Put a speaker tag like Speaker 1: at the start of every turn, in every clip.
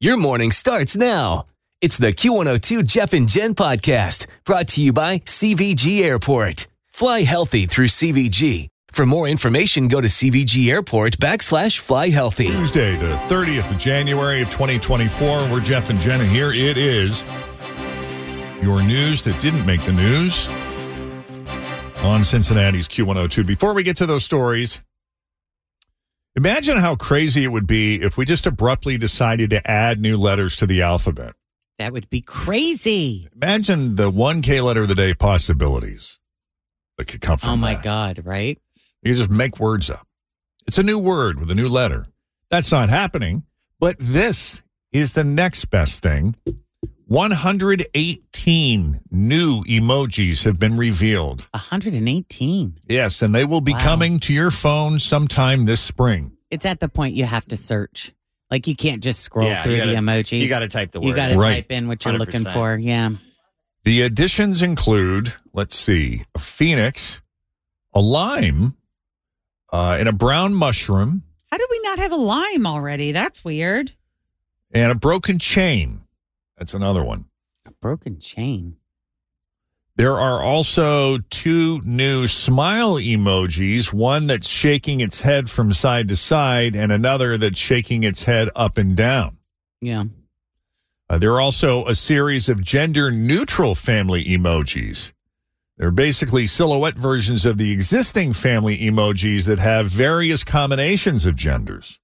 Speaker 1: Your morning starts now. It's the Q102 Jeff and Jen podcast brought to you by CVG Airport. Fly healthy through CVG. For more information, go to CVG Airport backslash fly healthy.
Speaker 2: Tuesday, the 30th of January of 2024. We're Jeff and Jenna here. It is your news that didn't make the news on Cincinnati's Q102. Before we get to those stories, imagine how crazy it would be if we just abruptly decided to add new letters to the alphabet.
Speaker 3: That would be crazy.
Speaker 2: Imagine the 1K letter of the day possibilities that could come from
Speaker 3: Oh my
Speaker 2: that.
Speaker 3: God, right?
Speaker 2: You just make words up. It's a new word with a new letter. That's not happening, but this is the next best thing. 118 new emojis have been revealed.
Speaker 3: 118.
Speaker 2: Yes, and they will be
Speaker 3: Wow.
Speaker 2: coming to your phone sometime this spring.
Speaker 3: It's at the point you have to search. Like you can't just scroll
Speaker 4: Yeah,
Speaker 3: through
Speaker 4: you
Speaker 3: the
Speaker 4: gotta-
Speaker 3: emojis.
Speaker 4: You got to type the word.
Speaker 3: You gotta
Speaker 2: Right.
Speaker 3: type in what you're looking
Speaker 4: 100%.
Speaker 3: for. Yeah.
Speaker 2: The additions include, let's see, a phoenix, a lime, uh, and a brown mushroom,
Speaker 5: How did we not have a lime already? That's weird.
Speaker 2: and a broken chain. That's another one.
Speaker 3: A broken chain.
Speaker 2: There are also two new smile emojis, one that's shaking its head from side to side and another that's shaking its head up and down.
Speaker 3: Yeah.
Speaker 2: Uh, there are also a series of gender neutral family emojis. They're basically silhouette versions of the existing family emojis that have various combinations of genders.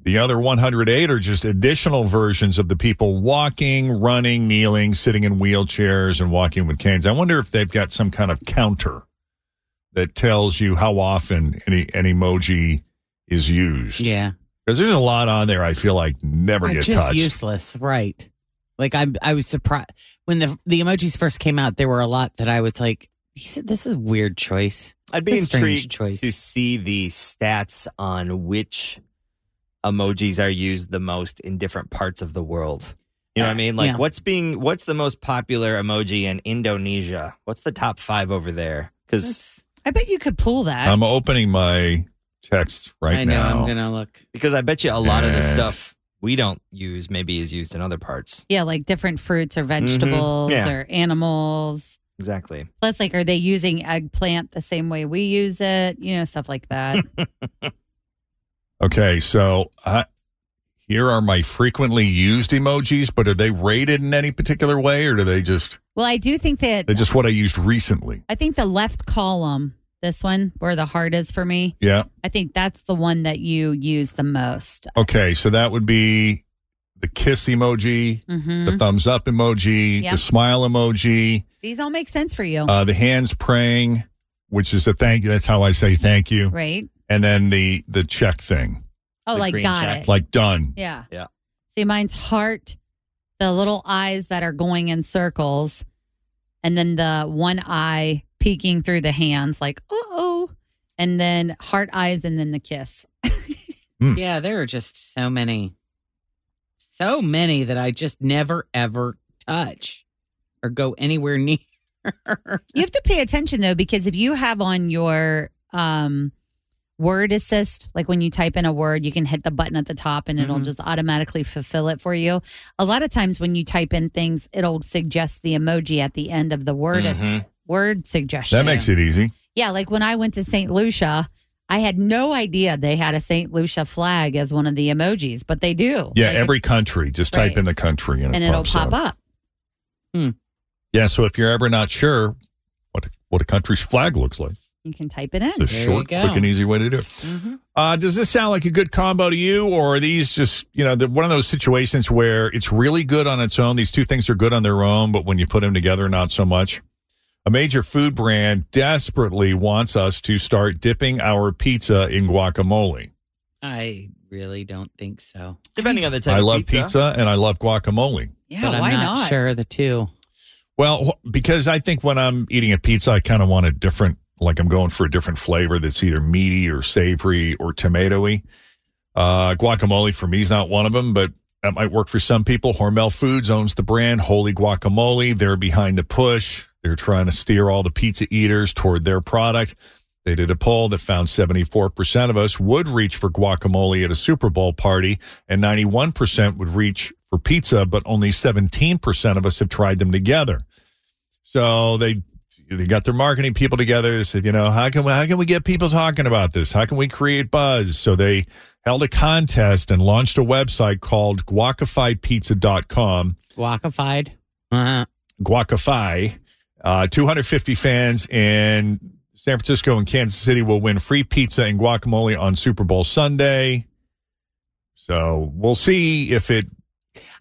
Speaker 2: The other 108 are just additional versions of the people walking, running, kneeling, sitting in wheelchairs, and walking with canes. I wonder if they've got some kind of counter that tells you how often any, an emoji is used.
Speaker 3: Yeah.
Speaker 2: Because there's a lot on there I feel like never
Speaker 3: Are
Speaker 2: get
Speaker 3: just
Speaker 2: touched.
Speaker 3: useless, right? Like I, I was surprised when the the emojis first came out. There were a lot that I was like, "These- "This is a weird choice."
Speaker 4: I'd be
Speaker 3: It's a strange
Speaker 4: intrigued
Speaker 3: choice.
Speaker 4: to see the stats on which emojis are used the most in different parts of the world. You know what I mean? Like
Speaker 3: Yeah.
Speaker 4: what's being what's the most popular emoji in Indonesia? What's the top 5 over there? Cuz
Speaker 5: That's- I bet you could pull that.
Speaker 2: I'm
Speaker 4: Um,
Speaker 2: opening my text right
Speaker 3: I know
Speaker 2: now.
Speaker 3: I'm gonna look.
Speaker 4: because I bet you a lot of the
Speaker 2: And-
Speaker 4: stuff we don't use maybe is used in other parts.
Speaker 5: yeah, like different fruits or vegetables
Speaker 4: mm-hmm. Yeah.
Speaker 5: or animals.
Speaker 4: Exactly.
Speaker 5: Plus, like, are they using eggplant the same way we use it? You know, stuff like that.
Speaker 2: Okay, so I, here are my frequently used emojis, but are they rated in any particular way, or do they just
Speaker 5: well, I do think that
Speaker 2: they just what I used recently?
Speaker 5: I think the left column, this one where the heart is for me,
Speaker 2: Yeah.
Speaker 5: I think that's the one that you use the most.
Speaker 2: Okay, so that would be the kiss emoji,
Speaker 5: hmm
Speaker 3: Mm-hmm.
Speaker 2: the thumbs up emoji,
Speaker 5: Yeah.
Speaker 2: the smile emoji,
Speaker 5: These all make sense for you,
Speaker 2: uh, the hands praying, which is a thank you. That's how I say thank you,
Speaker 5: right?
Speaker 2: and then the the check thing,
Speaker 5: Oh,
Speaker 4: The
Speaker 5: like
Speaker 4: green
Speaker 5: got
Speaker 4: check.
Speaker 5: it.
Speaker 2: like done.
Speaker 5: Yeah.
Speaker 4: Yeah.
Speaker 5: See, mine's heart, the little eyes that are going in circles, and then the one eye peeking through the hands, like, uh oh. And then heart eyes, and then the kiss.
Speaker 3: Yeah, there are just so many, so many that I just never ever touch or go anywhere near.
Speaker 5: You have to pay attention, though, because if you have on your um, word assist, like when you type in a word, you can hit the button at the top and
Speaker 2: Mm-hmm.
Speaker 5: it'll
Speaker 3: Mhm.
Speaker 5: just automatically fulfill it for you. A lot of times when you type in things, it'll suggest the emoji at the end of the word, ass-
Speaker 4: Mhm.
Speaker 5: word suggestion.
Speaker 2: Mm-hmm. That makes it easy.
Speaker 5: Yeah, like when I went to St. Lucia, I had no idea they had a St. Lucia flag as one of the emojis, but they do.
Speaker 2: Yeah,
Speaker 5: Like,
Speaker 2: every country. Just type
Speaker 5: Right.
Speaker 2: in the country and,
Speaker 5: and
Speaker 2: it
Speaker 5: it'll
Speaker 2: pops
Speaker 5: pop up.
Speaker 2: Yeah, so if you're ever not sure what what a country's flag looks like,
Speaker 5: You can type it in.
Speaker 2: it's a
Speaker 3: There you
Speaker 2: short,
Speaker 3: go.
Speaker 2: quick, and easy way to do it.
Speaker 5: Mm-hmm.
Speaker 3: Mhm.
Speaker 2: Uh, does this sound like a good combo to you, or are these just you know the, one of those situations where it's really good on its own? These two things are good on their own, but when you put them together, not so much. A major food brand desperately wants us to start dipping our pizza in guacamole.
Speaker 3: I really don't think so.
Speaker 4: Depending on the type
Speaker 2: I
Speaker 4: of
Speaker 2: love pizza. and I love guacamole.
Speaker 5: Yeah,
Speaker 3: but I'm
Speaker 5: why
Speaker 3: not,
Speaker 5: not?
Speaker 3: sure the two.
Speaker 2: Well, wh- because I think when I'm eating a pizza, I kind of want a different, like I'm going for a different flavor that's either meaty or savory or tomatoey. Uh, guacamole for me is not one of them, but that might work for some people. Hormel Foods owns the brand Holy Guacamole. They're behind the push. They're trying to steer all the pizza eaters toward their product. They did a poll that found 74% of us would reach for guacamole at a Super Bowl party, and 91% would reach for pizza, but only 17% of us have tried them together. So they they got their marketing people together. They said, you know, how can we, how can we get people talking about this? How can we create buzz? So they held a contest and launched a website called guacafiedpizza.com
Speaker 3: Guacified. Uh-huh.
Speaker 2: Guacafy. Uh, 250 fans in San Francisco and Kansas City will win free pizza and guacamole on Super Bowl Sunday. So we'll see if it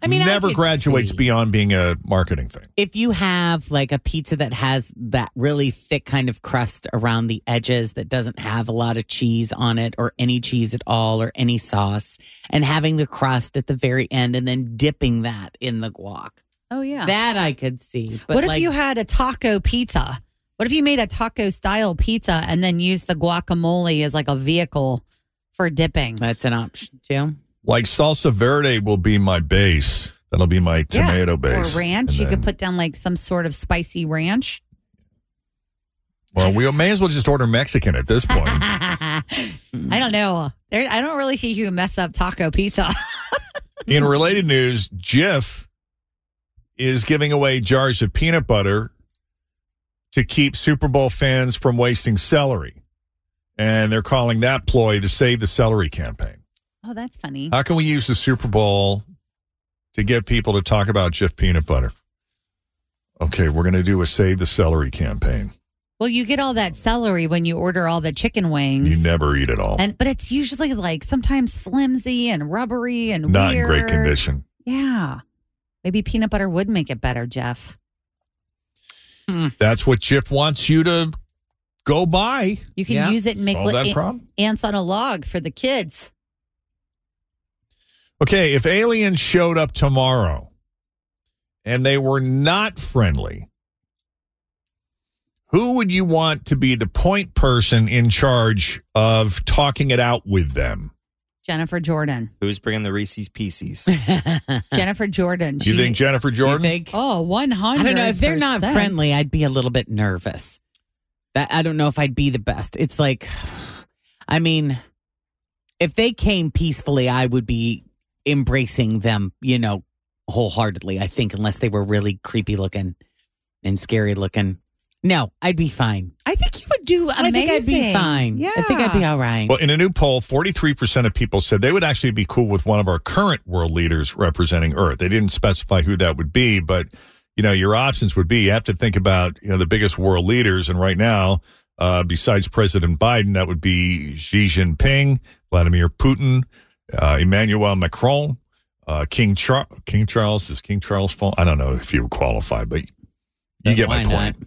Speaker 3: I mean, I
Speaker 2: never
Speaker 3: could
Speaker 2: graduates
Speaker 3: see.
Speaker 2: beyond being a marketing thing.
Speaker 3: If you have like a pizza that has that really thick kind of crust around the edges that doesn't have a lot of cheese on it or any cheese at all or any sauce, and having the crust at the very end and then dipping that in the guac,
Speaker 5: Oh yeah.
Speaker 3: that I could see. But
Speaker 5: what if
Speaker 3: like,
Speaker 5: you had a taco pizza? What if you made a taco style pizza and then used the guacamole as like a vehicle for dipping?
Speaker 3: That's an option too.
Speaker 2: Like salsa verde will be my base. That'll be my
Speaker 5: Yeah,
Speaker 2: tomato base.
Speaker 5: Or ranch.
Speaker 2: And
Speaker 5: you
Speaker 2: then-
Speaker 5: could put down like some sort of spicy ranch.
Speaker 2: Well, we may as well just order Mexican at this point.
Speaker 5: I
Speaker 3: Mm.
Speaker 5: don't know. There, I don't really see you mess up taco pizza.
Speaker 2: In related news, Jif is giving away jars of peanut butter to keep Super Bowl fans from wasting celery. And they're calling that ploy the Save the Celery campaign.
Speaker 5: oh, that's funny.
Speaker 2: How can we use the Super Bowl to get people to talk about Jif peanut butter? Okay, we're going to do a Save the Celery campaign.
Speaker 5: Well, you get all that celery when you order all the chicken wings.
Speaker 2: You never eat it all.
Speaker 5: and but it's usually like sometimes flimsy and rubbery and
Speaker 2: Not in great
Speaker 5: weird.
Speaker 2: condition.
Speaker 5: Yeah. Maybe peanut butter would make it better, Jeff.
Speaker 2: That's what Jif wants you to go buy.
Speaker 5: You can
Speaker 3: Yeah.
Speaker 5: use it and make
Speaker 2: Solve
Speaker 5: li-
Speaker 2: that
Speaker 5: a-
Speaker 2: problem.
Speaker 5: ants on a log for the kids.
Speaker 2: Okay, if aliens showed up tomorrow and they were not friendly, who would you want to be the point person in charge of talking it out with them?
Speaker 5: Jennifer Jordan.
Speaker 4: Who's bringing the Reese's Pieces?
Speaker 5: Jennifer Jordan.
Speaker 2: Do you think Jennifer Jordan?
Speaker 3: You think?
Speaker 5: Oh, 100
Speaker 3: I don't know if they're not friendly. I'd be a little bit nervous. That I don't know if I'd be the best. It's like, I mean, if they came peacefully, I would be embracing them, you know, wholeheartedly. I think unless they were really creepy looking and scary looking. No, I'd be fine.
Speaker 5: I think you would do amazing.
Speaker 3: I think I'd be fine.
Speaker 5: Yeah.
Speaker 3: I think I'd be all right.
Speaker 2: well, in a new poll, 43% of people said they would actually be cool with one of our current world leaders representing Earth. They didn't specify who that would be, but you know, your options would be you have to think about, you know, the biggest world leaders and right now, uh, besides President Biden, that would be Xi Jinping, Vladimir Putin, uh, Emmanuel Macron, uh, King Charles. King Charles is King Charles fall? I don't know if you would qualify, but you get my
Speaker 3: Why
Speaker 2: point.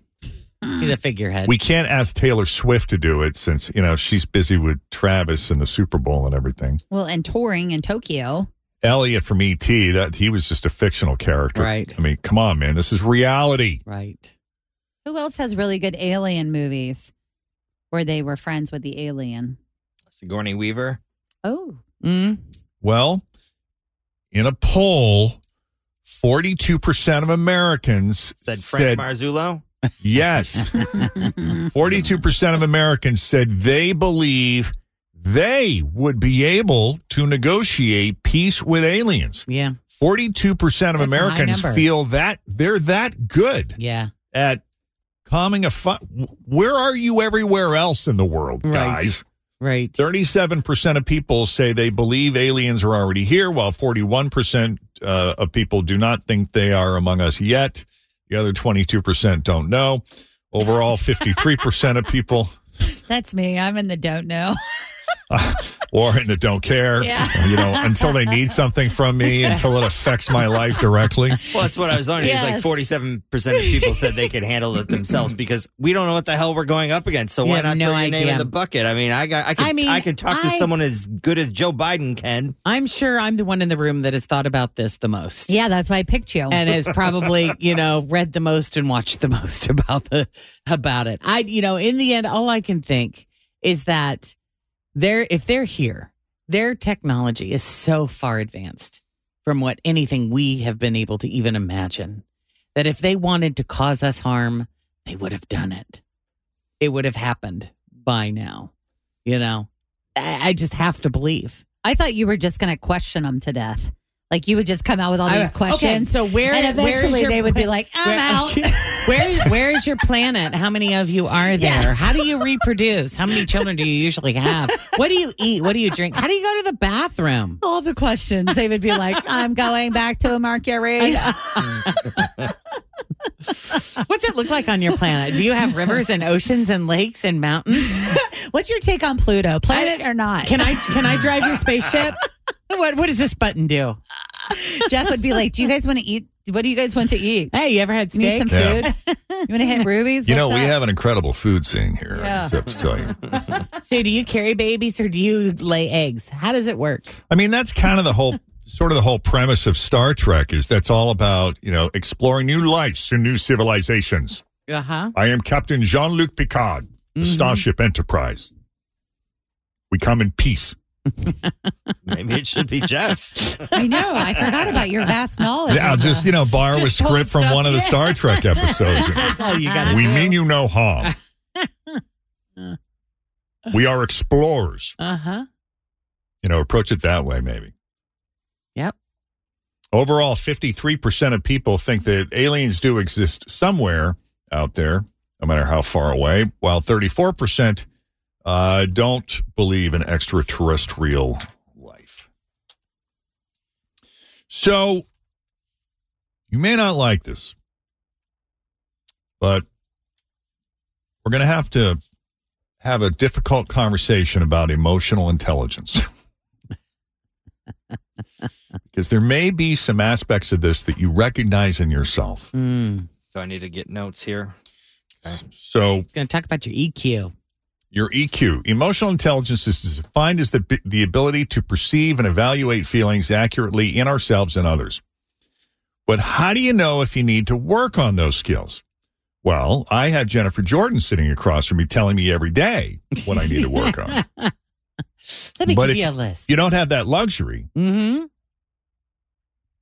Speaker 3: not? He's a figurehead.
Speaker 2: We can't ask Taylor Swift to do it since, you know, she's busy with Travis and the Super Bowl and everything.
Speaker 5: Well, and touring in Tokyo.
Speaker 2: Elliot from ET, that he was just a fictional character.
Speaker 3: Right.
Speaker 2: I mean, come on, man. This is reality.
Speaker 3: right.
Speaker 5: Who else has really good alien movies where they were friends with the alien?
Speaker 4: Sigourney Weaver.
Speaker 5: Oh,
Speaker 3: Mm.
Speaker 2: Well, in a poll, 42% of Americans
Speaker 4: Said Frank Marzullo.
Speaker 2: yes. 42% of Americans said they believe they would be able to negotiate peace with aliens.
Speaker 3: Yeah.
Speaker 2: 42% of
Speaker 3: That's a high
Speaker 2: Americans
Speaker 3: number.
Speaker 2: feel that they're that good
Speaker 3: Yeah.
Speaker 2: at calming a fight. Where are you everywhere else in the world,
Speaker 3: Right.
Speaker 2: guys?
Speaker 3: Right.
Speaker 2: 37% of people say they believe aliens are already here, while 41% uh, of people do not think they are among us yet. The other 22% don't know. Overall, 53% of people.
Speaker 5: that's me. I'm in the don't know.
Speaker 2: or in the don't care.
Speaker 5: Yeah.
Speaker 2: You know, until they need something from me, until it affects my life directly.
Speaker 4: Well, that's what I was learning. It's like
Speaker 5: Yes.
Speaker 4: forty-seven percent of people said they could handle it themselves because we don't know what the hell we're going up against. So
Speaker 3: We
Speaker 4: why
Speaker 3: have
Speaker 4: not
Speaker 3: no
Speaker 4: throw your name
Speaker 3: idea.
Speaker 4: in the bucket? I mean, I got, I can,
Speaker 3: I
Speaker 4: I,
Speaker 3: mean,
Speaker 4: can talk to
Speaker 3: I-
Speaker 4: someone as good as Joe Biden can.
Speaker 3: I'm sure I'm the one in the room that has thought about this the most.
Speaker 5: Yeah, that's why I picked you.
Speaker 3: and has probably you know read the most and watched the most about the about it i you know in the end all i can think is that they're if they're here their technology is so far advanced from what anything we have been able to even imagine that if they wanted to cause us harm they would have done it it would have happened by now you know i, I just have to believe
Speaker 5: I thought you were just going to question them to death. Like you would just come out with all
Speaker 3: I-
Speaker 5: these
Speaker 3: okay,
Speaker 5: questions.
Speaker 3: so where
Speaker 5: and
Speaker 3: where is
Speaker 5: eventually
Speaker 3: your
Speaker 5: they would be
Speaker 3: plan-
Speaker 5: like, I'm out.
Speaker 3: where is where is your planet? How many of you are there?
Speaker 5: Yes.
Speaker 3: How do you reproduce? How many children do you usually have? What do you eat? What do you drink? How do you go to the bathroom?
Speaker 5: all the questions. They would be like, I'm going back to Mercury.
Speaker 3: What's it look like on your planet? Do you have rivers and oceans and lakes and mountains?
Speaker 5: What's your take on Pluto, planet or not?
Speaker 3: Can I can I drive your spaceship? What what does this button do?
Speaker 5: Jeff would be like, Do you guys want to eat? What do you guys want to eat?
Speaker 3: Hey, you ever had
Speaker 5: You need
Speaker 3: steak?
Speaker 5: some
Speaker 2: Yeah.
Speaker 5: food? You want to hit rubies?
Speaker 2: You know,
Speaker 5: What's
Speaker 2: we
Speaker 5: up?
Speaker 2: have an incredible food scene here. I
Speaker 5: Yeah.
Speaker 2: just have to tell you.
Speaker 3: So do you carry babies or do you lay eggs? How does it work?
Speaker 2: I mean, that's kind of the whole sort of the whole premise of Star Trek is that's all about, you know, exploring new lives and new civilizations.
Speaker 3: Uh
Speaker 5: Uh-huh.
Speaker 3: huh.
Speaker 2: I am Captain Jean Luc Picard,
Speaker 3: Mm-hmm.
Speaker 2: the
Speaker 5: Mm-hmm.
Speaker 2: Starship Enterprise. We come in peace.
Speaker 4: Maybe it should be Jeff.
Speaker 5: I know. I forgot about your vast knowledge.
Speaker 2: Yeah, I'll
Speaker 5: of
Speaker 2: just,
Speaker 5: the-
Speaker 2: you know, borrow a
Speaker 3: Just pull
Speaker 2: script from
Speaker 3: stuff,
Speaker 2: one of the
Speaker 3: yeah.
Speaker 2: Star Trek episodes.
Speaker 3: That's all you got.
Speaker 2: we mean you no harm. we are explorers.
Speaker 3: Uh huh.
Speaker 2: You know, approach it that way, maybe.
Speaker 3: Yep.
Speaker 2: Overall, 53% of people think that aliens do exist somewhere out there, no matter how far away, while 34% uh, don't believe in extraterrestrial life. So, you may not like this, but we're going to have to have a difficult conversation about emotional intelligence. because there may be some aspects of this that you recognize in yourself.
Speaker 3: Mm.
Speaker 4: so I need to get notes here.
Speaker 2: So,
Speaker 3: It's going to talk about your E EQ.
Speaker 2: your EQ, emotional intelligence, is defined as the, the ability to perceive and evaluate feelings accurately in ourselves and others. But how do you know if you need to work on those skills? Well, I have Jennifer Jordan sitting across from me telling me every day what I need to work on.
Speaker 3: Let me
Speaker 2: But
Speaker 3: give
Speaker 2: if-
Speaker 3: you a list.
Speaker 2: You don't have that luxury.
Speaker 3: Mm-hmm.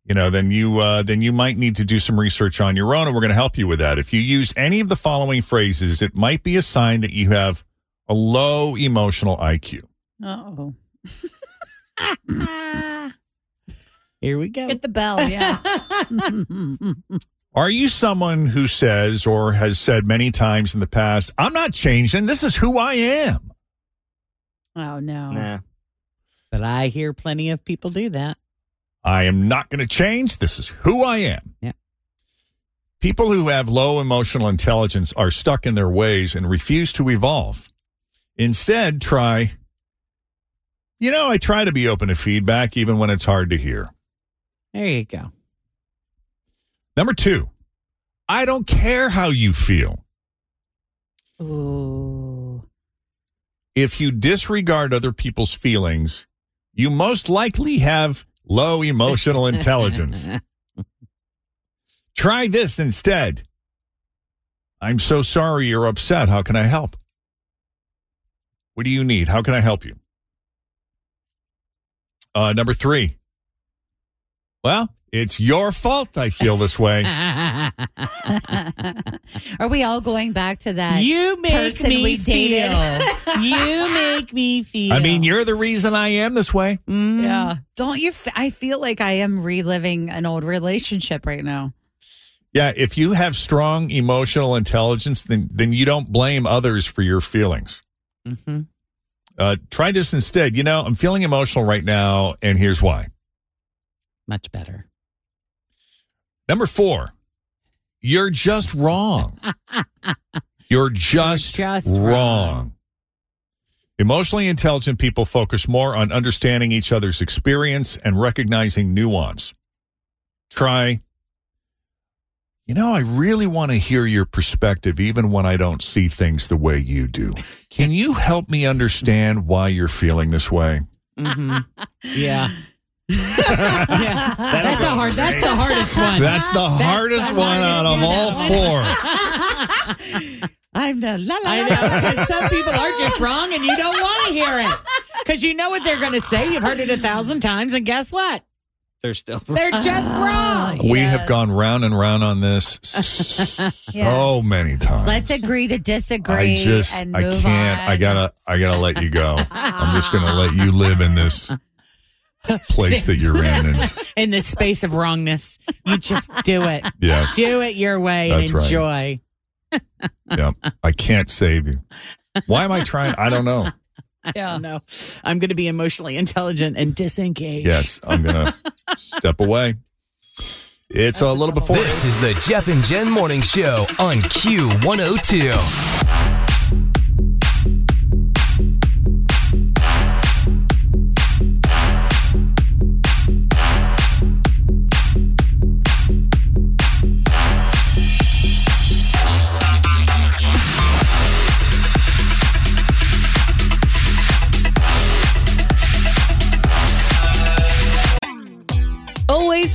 Speaker 2: you know, then you uh, then you might need to do some research on your own, and we're going to help you with that. If you use any of the following phrases, it might be a sign that you have a low emotional IQ.
Speaker 5: Uh-oh.
Speaker 3: Here we go.
Speaker 5: Hit the bell. Yeah.
Speaker 2: Are you someone who says or has said many times in the past, "I'm not changing. This is who I am."
Speaker 5: oh, no.
Speaker 4: Nah.
Speaker 3: But I hear plenty of people do that.
Speaker 2: I am not going to change. This is who I am.
Speaker 3: Yeah.
Speaker 2: People who have low emotional intelligence are stuck in their ways and refuse to evolve. Instead, try, you know, I try to be open to feedback even when it's hard to hear.
Speaker 3: There you go.
Speaker 2: Number two, I don't care how you feel.
Speaker 5: Ooh.
Speaker 2: If you disregard other people's feelings, you most likely have low emotional intelligence. Try this instead. I'm so sorry you're upset. How can I help? What do you need? How can I help you? Uh, number three. Well, it's your fault I feel this way.
Speaker 5: Are we all going back to that?
Speaker 3: you make
Speaker 5: person
Speaker 3: me
Speaker 5: we dated.
Speaker 3: feel. you make me feel.
Speaker 2: I mean, you're the reason I am this way.
Speaker 3: Mm.
Speaker 5: yeah. Don't you? F- I feel like I am reliving an old relationship right now.
Speaker 2: Yeah, if you have strong emotional intelligence, then then you don't blame others for your feelings.
Speaker 3: Mhm.
Speaker 2: Uh, try this instead. You know, I'm feeling emotional right now, and here's why.
Speaker 3: Much better.
Speaker 2: Number four, you're just wrong. you're just,
Speaker 3: just
Speaker 2: wrong.
Speaker 3: wrong.
Speaker 2: Emotionally intelligent people focus more on understanding each other's experience and recognizing nuance. Try. You know, I really want to hear your perspective even when I don't see things the way you do. Can you help me understand why you're feeling this way?
Speaker 3: hmm Yeah. yeah. That's a hard. That's the hardest one.
Speaker 2: That's the hardest one out of all four.
Speaker 5: I'm the la la.
Speaker 3: I
Speaker 5: la.
Speaker 3: know. Because some people are just wrong, and you don't want to hear it because you know what they're going to say. You've heard it a thousand times, and guess what?
Speaker 4: They're still
Speaker 3: They're just wrong.
Speaker 2: We have gone round and round on this so
Speaker 5: Yes.
Speaker 2: many times.
Speaker 5: Let's agree to disagree.
Speaker 2: I just,
Speaker 5: and
Speaker 2: I
Speaker 5: move
Speaker 2: can't. I
Speaker 5: on.
Speaker 2: gotta, I gotta let you go. I'm just gonna let you live in this place that you're in. And
Speaker 3: In this space of wrongness, you just do it.
Speaker 2: yes,
Speaker 3: Do it your way and
Speaker 2: That's right.
Speaker 3: enjoy.
Speaker 2: yeah, I can't save you. Why am I trying? I don't know.
Speaker 5: Yeah.
Speaker 3: No, I'm going to be emotionally intelligent and disengage.
Speaker 2: Yes, I'm gonna step away. It's a little before.
Speaker 1: This is the Jeff and Jen Morning Show on Q102.
Speaker 6: Always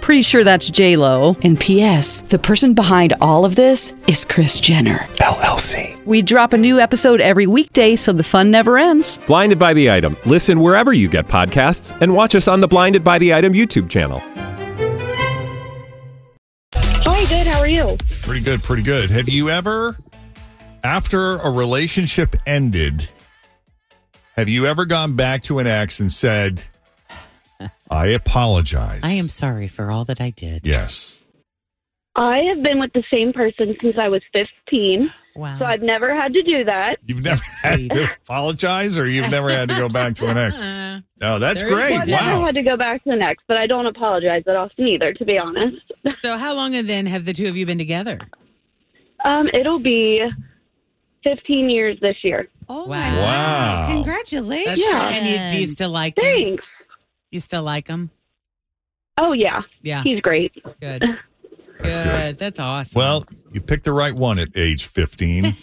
Speaker 7: Pretty sure that's J Lo.
Speaker 6: And P.S. The person behind all of this is Chris Jenner.
Speaker 8: LLC.
Speaker 7: We drop a new episode every weekday, so the fun never ends.
Speaker 8: Blinded by the item. Listen wherever you get podcasts, and watch us on the Blinded by the Item YouTube channel.
Speaker 9: Hi, good. How are you?
Speaker 2: Pretty good, pretty good. Have you ever, after a relationship ended, have you ever gone back to an ex and said, I apologize?
Speaker 3: I am sorry for all that I did.
Speaker 2: Yes.
Speaker 9: I have been with the same person since I was 15,
Speaker 3: Wow.
Speaker 9: so I've never had to do that.
Speaker 2: You've never had
Speaker 3: sweet.
Speaker 2: to apologize or you've never had to go back to an ex?
Speaker 3: Uh,
Speaker 2: No, that's
Speaker 3: There is
Speaker 2: great.
Speaker 9: I've
Speaker 3: one
Speaker 9: never
Speaker 2: Wow.
Speaker 9: had to go back to the next, but I don't apologize that often either, to be honest.
Speaker 3: so, how long then have the two of you been together?
Speaker 9: Um, it'll be 15 years this year.
Speaker 5: Oh
Speaker 3: Wow.
Speaker 5: my
Speaker 2: Wow.
Speaker 5: wow! Congratulations!
Speaker 3: That's right. And you, do you still like him?
Speaker 9: Thanks.
Speaker 3: You still like him?
Speaker 9: Oh, yeah.
Speaker 3: Yeah.
Speaker 9: He's great.
Speaker 3: Good.
Speaker 2: That's
Speaker 3: good.
Speaker 2: good.
Speaker 3: That's awesome.
Speaker 2: Well, you picked the right one at age 15.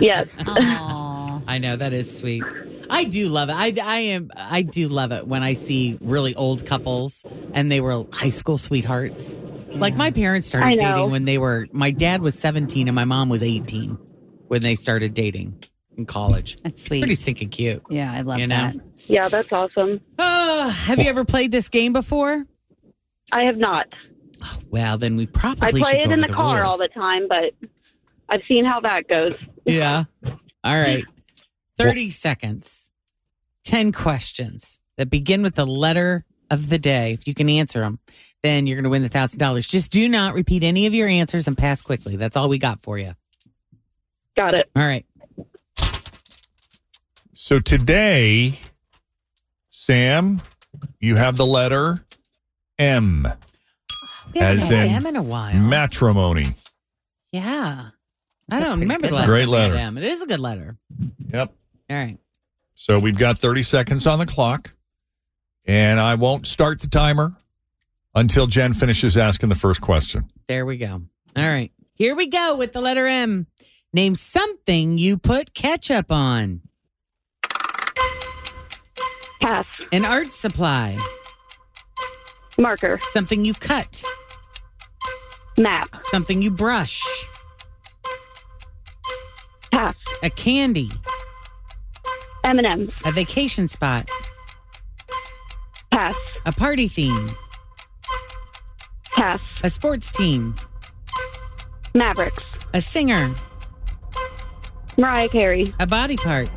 Speaker 9: Yes.
Speaker 5: Aw.
Speaker 3: I know that is sweet. I do love it. I, I am. I do love it when I see really old couples and they were high school sweethearts. Like my parents
Speaker 9: I
Speaker 3: started
Speaker 9: know.
Speaker 3: dating when they were. My dad was seventeen and my mom was eighteen when they started dating in college.
Speaker 5: That's
Speaker 3: Pretty
Speaker 5: sweet.
Speaker 3: stinking cute.
Speaker 5: Yeah, I love
Speaker 3: You know?
Speaker 5: that.
Speaker 9: Yeah, that's awesome.
Speaker 3: Oh, have you ever played this game before?
Speaker 9: I have not.
Speaker 3: Well, then we probably
Speaker 9: I
Speaker 3: should
Speaker 9: play it
Speaker 3: go
Speaker 9: in
Speaker 3: over
Speaker 9: the, car
Speaker 3: rules.
Speaker 9: all the time, but I've seen how that goes.
Speaker 3: Yeah. All right. 30 seconds. 10 questions that begin with the letter of the day. If you can answer them, then you're going to win the $1,000. Just do not repeat any of your answers and pass quickly. That's all we got for you.
Speaker 9: Got it.
Speaker 3: All right.
Speaker 2: So today, Sam, you have the letter M,
Speaker 3: We haven't
Speaker 2: As
Speaker 3: had
Speaker 2: in
Speaker 3: M in a while.
Speaker 2: matrimony.
Speaker 3: yeah. I don't remember the last
Speaker 2: Great
Speaker 3: time we had
Speaker 2: letter.
Speaker 3: M. It is a good letter.
Speaker 2: Yep.
Speaker 3: All right.
Speaker 2: So we've got 30 seconds on the clock, and I won't start the timer until Jen finishes asking the first question.
Speaker 3: There we go. All right. Here we go with the letter M. Name something you put ketchup on.
Speaker 9: Pass.
Speaker 3: An art supply.
Speaker 9: Marker.
Speaker 3: Something you cut.
Speaker 9: Map.
Speaker 3: Something you brush.
Speaker 9: Pass.
Speaker 3: a candy,
Speaker 9: M&M's.
Speaker 3: a vacation spot,
Speaker 9: Pass.
Speaker 3: a party theme,
Speaker 9: Pass.
Speaker 3: a sports team,
Speaker 5: Mm.
Speaker 9: Mavericks.
Speaker 3: a singer,
Speaker 9: Mariah Carey.
Speaker 3: a body part.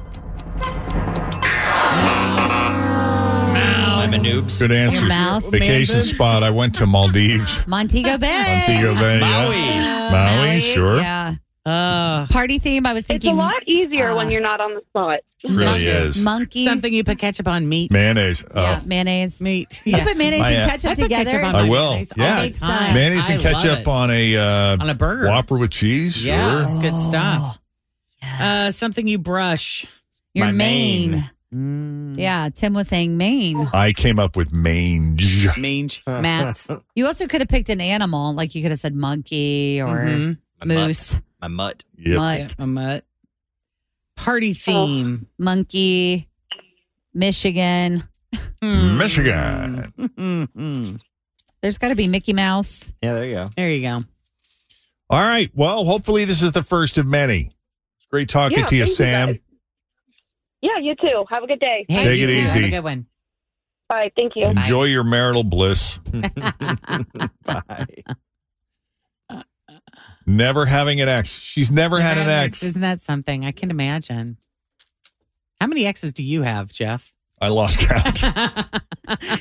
Speaker 4: Mamanubes.
Speaker 2: Good answers.
Speaker 5: mouth.
Speaker 2: Vacation spot. I went to Maldives.
Speaker 5: Montego Bay.
Speaker 2: Montego Bay. yeah.
Speaker 4: Maui.
Speaker 2: Maui, sure.
Speaker 5: Yeah.
Speaker 3: Oh,
Speaker 5: Party theme. I was
Speaker 9: It's
Speaker 5: thinking
Speaker 9: a lot easier
Speaker 5: uh,
Speaker 9: when you're not on the spot.
Speaker 2: It really is.
Speaker 5: monkey.
Speaker 3: something you put ketchup on meat.
Speaker 2: Mayonnaise.
Speaker 5: yeah,
Speaker 2: Uh,
Speaker 5: mayonnaise.
Speaker 3: Meat.
Speaker 5: You put mayonnaise
Speaker 2: I, uh,
Speaker 5: and ketchup
Speaker 3: I put
Speaker 5: together.
Speaker 3: ketchup on
Speaker 2: I
Speaker 3: my
Speaker 2: will,
Speaker 3: mayonnaise all
Speaker 2: yeah.
Speaker 3: the time.
Speaker 2: Mayonnaise
Speaker 3: I
Speaker 2: and
Speaker 3: love
Speaker 2: ketchup
Speaker 3: it.
Speaker 2: on a uh,
Speaker 3: on a burger.
Speaker 2: Whopper with cheese. Sure.
Speaker 3: Yeah, it's good
Speaker 5: Oh,
Speaker 3: stuff.
Speaker 5: yes.
Speaker 3: Uh, something you brush.
Speaker 5: Your
Speaker 4: my
Speaker 5: main.
Speaker 4: mane.
Speaker 3: Mm.
Speaker 5: Yeah, Tim was saying Maine.
Speaker 2: I came up with mange.
Speaker 3: mange, mats,
Speaker 5: You also could have picked an animal, like you could have said monkey or
Speaker 3: Mhm.
Speaker 4: My mutt.
Speaker 5: moose,
Speaker 4: My mutt.
Speaker 2: Yep.
Speaker 5: mutt,
Speaker 3: Yeah, a mutt. Party theme.
Speaker 5: monkey, Michigan.
Speaker 3: Mm.
Speaker 2: Michigan.
Speaker 3: Mhm.
Speaker 5: There's got to be Mickey Mouse.
Speaker 4: Yeah, there you go.
Speaker 3: There you go.
Speaker 2: All right. Well, hopefully this is the first of many. It's great talking
Speaker 9: Yeah,
Speaker 2: to you,
Speaker 9: thank you,
Speaker 2: Sam.
Speaker 9: guys. Yeah, you too. Have a good day.
Speaker 3: Hey,
Speaker 2: Take
Speaker 3: you
Speaker 2: it
Speaker 3: too. Have
Speaker 2: easy.
Speaker 3: a good one.
Speaker 9: Bye. Thank you.
Speaker 2: Enjoy your marital bliss.
Speaker 4: Bye.
Speaker 2: Never having an ex. She's never had an ex.
Speaker 3: Isn't that something? I can imagine. How many exes do you have, Jeff?
Speaker 2: I lost count.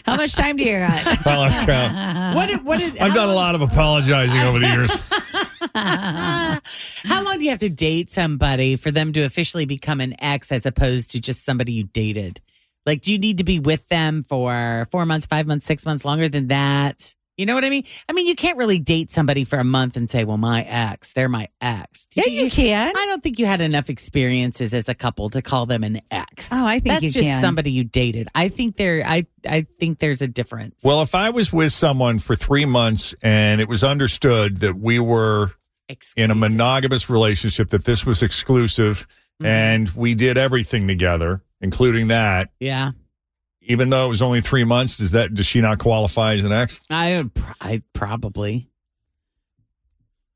Speaker 5: How much time do you got?
Speaker 2: I lost count.
Speaker 3: What? i- What is?
Speaker 2: I've done a lot of apologizing over the years.
Speaker 3: How long do you have to date somebody for them to officially become an ex, as opposed to just somebody you dated? Like, do you need to be with them for four months, five months, six months, longer than that? You know what I mean? I mean, you can't really date somebody for a month and say, "Well, my ex, they're my ex." Did
Speaker 5: Yeah, you can.
Speaker 3: I don't think you had enough experiences as a couple to call them an ex.
Speaker 5: Oh, I think
Speaker 3: that's
Speaker 5: you
Speaker 3: just
Speaker 5: can.
Speaker 3: somebody you dated. I think there, I, I think there's a difference.
Speaker 2: Well, if I was with someone for three months and it was understood that we were in a monogamous relationship, that this was exclusive
Speaker 3: Mhm.
Speaker 2: and we did everything together, including that,
Speaker 3: yeah,
Speaker 2: even though it was only three months, does that does she not qualify as an ex?
Speaker 3: I, would pr- I probably.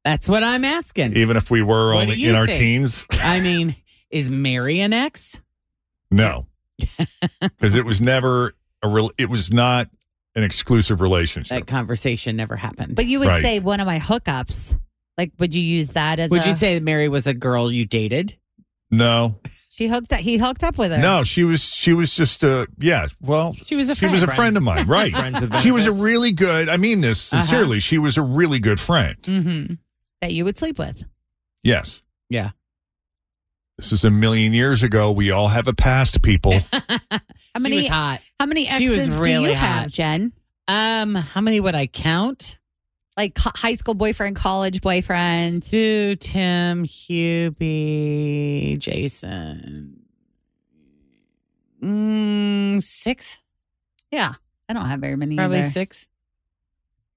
Speaker 3: That's what I'm asking.
Speaker 2: Even if we were
Speaker 3: What do
Speaker 2: only
Speaker 3: you
Speaker 2: in our
Speaker 3: think?
Speaker 2: teens?
Speaker 3: I mean, is Mary an ex?
Speaker 2: No. Because it was never a real it was not an exclusive
Speaker 3: That
Speaker 2: relationship.
Speaker 3: conversation never happened.
Speaker 5: But you would
Speaker 2: Right.
Speaker 5: say one of my hookups. Like, would you use that as?
Speaker 3: would
Speaker 5: a-
Speaker 3: you say that Mary was a girl you dated?
Speaker 2: No.
Speaker 5: she hooked up? He hooked up with her.
Speaker 2: No, she was she was just uh yeah, well
Speaker 3: She was a
Speaker 2: she was a friend of mine, right?
Speaker 4: Friends with
Speaker 2: She was a
Speaker 4: benefits.
Speaker 2: really good. I mean this
Speaker 3: Uh-huh.
Speaker 2: sincerely. She was a really good friend.
Speaker 3: Mm-hmm.
Speaker 5: that you would sleep with.
Speaker 2: Yes.
Speaker 3: Yeah.
Speaker 2: This is a million years ago. We all have a past, people.
Speaker 5: How
Speaker 3: she
Speaker 5: many?
Speaker 3: was hot.
Speaker 5: How many
Speaker 3: She was
Speaker 5: exes do
Speaker 3: really
Speaker 5: you
Speaker 3: hot.
Speaker 5: have, Jen?
Speaker 3: Um, how many would I count?
Speaker 5: Like co- high school boyfriend, college boyfriend.
Speaker 3: Stu, Tim, Hubie, Jason. Mm, six,
Speaker 5: Yeah, I don't have very many.
Speaker 3: probably
Speaker 5: either.
Speaker 3: six.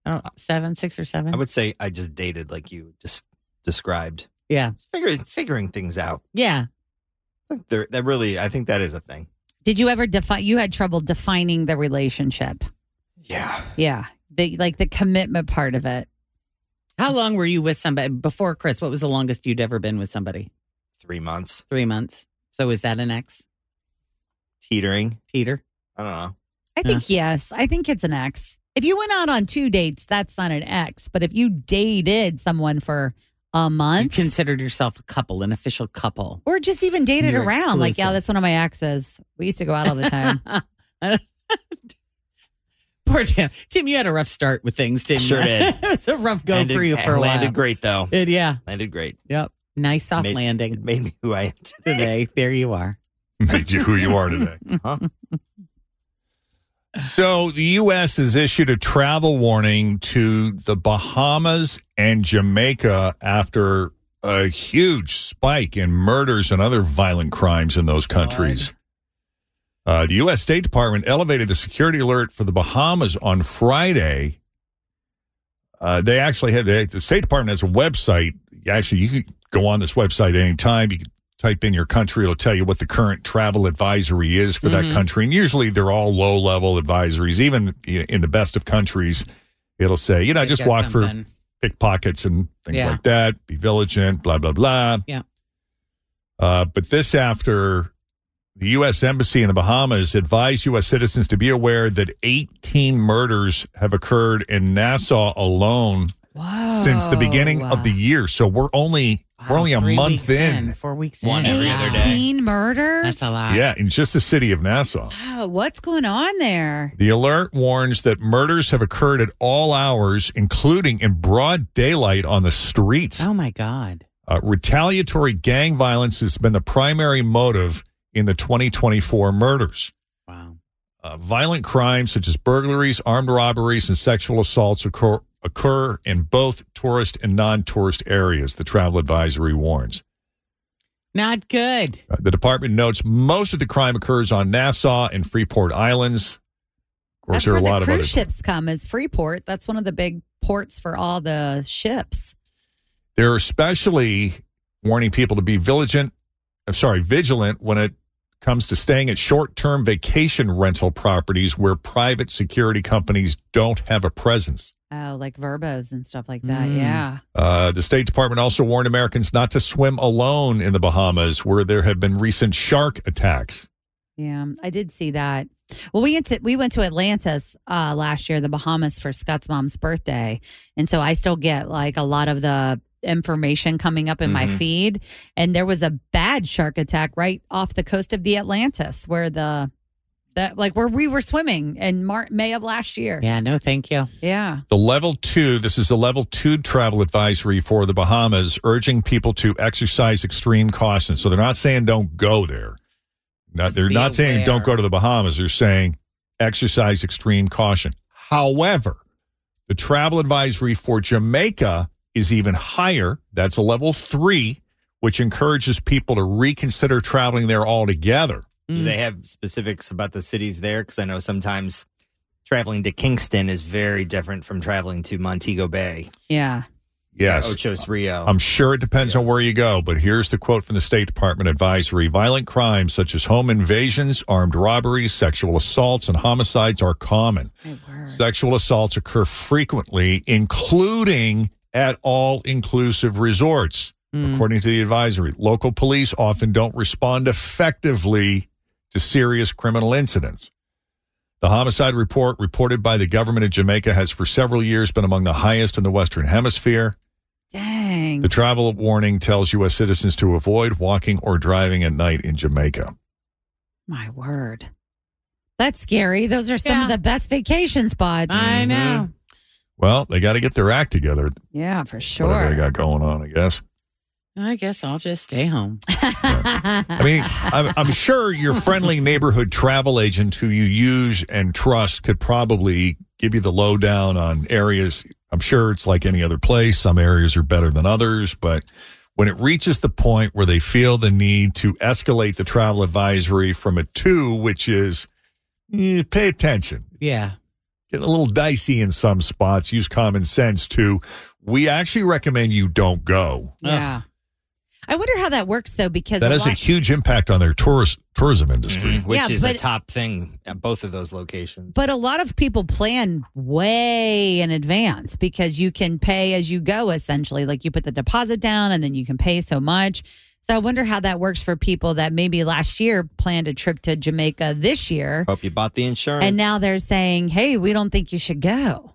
Speaker 3: I don't seven, six or seven.
Speaker 4: I would say I just dated like you just described.
Speaker 3: yeah,
Speaker 4: Just figuring figuring things out.
Speaker 3: yeah.
Speaker 4: There, that really, I think that is a thing.
Speaker 5: Did you ever define? You had trouble defining the relationship.
Speaker 4: Yeah.
Speaker 5: Yeah, the like the commitment part of it.
Speaker 3: How long were you with somebody before Chris? What was the longest you'd ever been with somebody?
Speaker 4: Three months
Speaker 3: Three months. So is that an ex
Speaker 4: teetering.
Speaker 3: teeter?
Speaker 4: I don't know.
Speaker 5: I think yes. I think it's an ex. If you went out on two dates, that's not an ex. But if you dated someone for a
Speaker 3: you
Speaker 5: month,
Speaker 3: considered yourself a couple, an official couple.
Speaker 5: or just even dated
Speaker 3: You're
Speaker 5: around, like yeah,
Speaker 3: exclusive.
Speaker 5: that's one of my exes. We used to go out all the time.
Speaker 3: Poor Tim. Tim, you had a rough start with things, didn't
Speaker 4: Sure
Speaker 3: you?
Speaker 4: did.
Speaker 3: it was a rough go
Speaker 4: Landed-
Speaker 3: for you for a while.
Speaker 4: Landed great though.
Speaker 3: It- yeah.
Speaker 4: Landed great.
Speaker 3: Yep. Nice soft
Speaker 4: Made- It
Speaker 3: landing
Speaker 4: made me who I am today.
Speaker 3: today. There you are.
Speaker 2: Made you who you are today.
Speaker 4: Huh?
Speaker 2: So the U.S. has issued a travel warning to the Bahamas and Jamaica after a huge spike in murders and other violent crimes in those countries. Uh, the U.S. State Department elevated the security alert for the Bahamas on Friday. Uh, they actually had they, the State Department has a website. Actually, you can go on this website anytime. You can type in your country; it'll tell you what the current travel advisory is for that
Speaker 3: Mhm.
Speaker 2: country. And usually, they're all low-level advisories. Even in the best of countries, it'll say, you know,
Speaker 3: They've
Speaker 2: just
Speaker 3: got
Speaker 2: walk for
Speaker 3: something.
Speaker 2: pickpockets and things
Speaker 3: Yeah.
Speaker 2: like that. Be vigilant, blah blah blah.
Speaker 3: Yeah.
Speaker 2: Uh, but this after the U.S. Embassy in the Bahamas advised U.S. citizens to be aware that 18 murders have occurred in Nassau alone
Speaker 5: Wow.
Speaker 2: since the beginning of the year. So we're only We're only a
Speaker 3: Three
Speaker 2: month
Speaker 3: weeks
Speaker 2: in.
Speaker 3: Four weeks
Speaker 4: One
Speaker 3: in.
Speaker 4: every other day.
Speaker 5: 18 murders?
Speaker 3: That's a lot.
Speaker 2: Yeah, in just the city of Nassau.
Speaker 5: Wow, what's going on there?
Speaker 2: The alert warns that murders have occurred at all hours, including in broad daylight on the streets.
Speaker 3: Oh my God.
Speaker 2: Uh, retaliatory gang violence has been the primary motive in the 2024 murders.
Speaker 3: Wow.
Speaker 2: Uh, violent crimes such as burglaries, armed robberies, and sexual assaults occur, occur in both tourist and non tourist areas, the travel advisory warns.
Speaker 3: Not good.
Speaker 2: Uh, the department notes most of the crime occurs on Nassau and Freeport Islands. Of course,
Speaker 5: That's
Speaker 2: there are
Speaker 5: where
Speaker 2: a lot
Speaker 5: the
Speaker 2: of
Speaker 5: cruise
Speaker 2: other.
Speaker 5: ships come is Freeport. That's one of the big ports for all the ships.
Speaker 2: They're especially warning people to be vigilant. I'm sorry, vigilant when it comes to staying at short-term vacation rental properties where private security companies don't have a presence.
Speaker 5: Oh, like Verbos and stuff like that.
Speaker 3: Mm.
Speaker 5: Yeah.
Speaker 2: Uh, the State Department also warned Americans not to swim alone in the Bahamas, where there have been recent shark attacks.
Speaker 5: Yeah. I did see that. Well, we went to, we went to Atlantis uh, last year, the Bahamas for Scott's mom's birthday. And so I still get like a lot of the information coming up in my
Speaker 4: Mhm.
Speaker 5: feed. And there was a bad shark attack right off the coast of the Atlantis where the, that like where we were swimming in Mar- May of last year.
Speaker 3: Yeah, no, thank you.
Speaker 5: yeah.
Speaker 2: The level two, this is a level two travel advisory for the Bahamas, urging people to exercise extreme caution. So they're not saying don't go there. Not,
Speaker 3: Just
Speaker 2: they're
Speaker 3: be
Speaker 2: not saying
Speaker 3: aware.
Speaker 2: don't go to the Bahamas. They're saying exercise extreme caution. However, the travel advisory for Jamaica is even higher. That's a level three, which encourages people to reconsider traveling there altogether.
Speaker 3: Mm-hmm.
Speaker 4: Do they have specifics about the cities there? Because I know sometimes traveling to Kingston is very different from traveling to Montego Bay,
Speaker 5: Yeah.
Speaker 2: Yes. Um,
Speaker 4: Ochos Rio.
Speaker 2: I'm sure it depends on
Speaker 4: Yes.
Speaker 2: where you go, but here's the quote from the State Department advisory. Violent crimes such as home invasions, armed robberies, sexual assaults, and homicides are common. Sexual assaults occur frequently, including at all inclusive resorts. According to the advisory, local police often don't respond effectively to serious criminal incidents. The homicide report reported by the government of Jamaica has for several years been among the highest in the Western Hemisphere.
Speaker 5: Dang.
Speaker 2: The travel warning tells U.S. citizens to avoid walking or driving at night in Jamaica.
Speaker 5: My word. That's scary. Those are some
Speaker 3: Yeah.
Speaker 5: of the best vacation spots.
Speaker 3: I
Speaker 2: Mm-hmm.
Speaker 3: know.
Speaker 2: Well, they got to get their act together.
Speaker 5: Yeah, for
Speaker 2: Whatever they
Speaker 5: sure.
Speaker 2: got going on, I guess.
Speaker 3: I guess I'll just stay home.
Speaker 2: I mean, I'm, I'm sure your friendly neighborhood travel agent who you use and trust could probably give you the lowdown on areas. I'm sure it's like any other place. Some areas are better than others, but when it reaches the point where they feel the need to escalate the travel advisory from a two, which is eh, pay attention,
Speaker 3: Yeah.
Speaker 2: get a little dicey in some spots. Use common sense too. We actually recommend you don't go.
Speaker 5: yeah. I wonder how that works though, because
Speaker 2: That
Speaker 5: a
Speaker 2: has a
Speaker 5: lot-
Speaker 2: huge impact on their tourist tourism industry.
Speaker 4: Mhm. Which
Speaker 5: Yeah,
Speaker 4: is a
Speaker 5: but-
Speaker 4: top thing at both of those locations.
Speaker 5: but a lot of people plan way in advance because you can pay as you go essentially. Like you put the deposit down and then you can pay so much. So I wonder how that works for people that maybe last year planned a trip to Jamaica this year
Speaker 4: Hope you bought the insurance.
Speaker 5: and now they're saying, "Hey, we don't think you should go."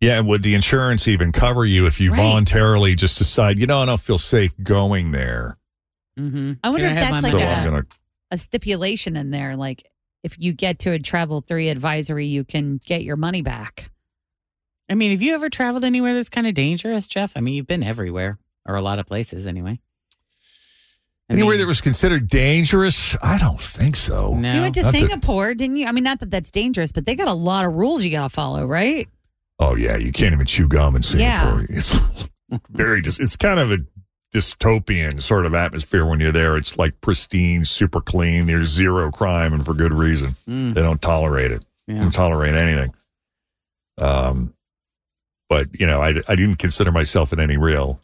Speaker 2: Yeah, and would the insurance even cover you if you
Speaker 5: Right.
Speaker 2: voluntarily just decide, you know, I don't feel safe going there,
Speaker 3: Mm-hmm.
Speaker 5: I wonder if that's
Speaker 2: so
Speaker 5: like a-
Speaker 2: I'm gonna.
Speaker 5: a stipulation in there like if you get to a travel 3 advisory you can get your money back
Speaker 3: I mean, have you ever traveled anywhere that's kind of dangerous, Jeff? I mean, you've been everywhere or a lot of places anyway. I
Speaker 2: Anywhere
Speaker 3: mean,
Speaker 2: that was considered dangerous, I don't think so.
Speaker 3: No.
Speaker 5: you went to
Speaker 2: Not that-
Speaker 5: singapore didn't you i mean not that that's dangerous but they got a lot of rules you gotta follow right
Speaker 2: Oh yeah, you can't even chew gum in Singapore. It's, it's very just. It's kind of a dystopian sort of atmosphere when you're there. It's like pristine, super clean. There's zero crime, and for good reason.
Speaker 3: Mm,
Speaker 2: They don't tolerate it. They
Speaker 3: yeah.
Speaker 2: don't tolerate anything. Um, but you know, I I didn't consider myself in any real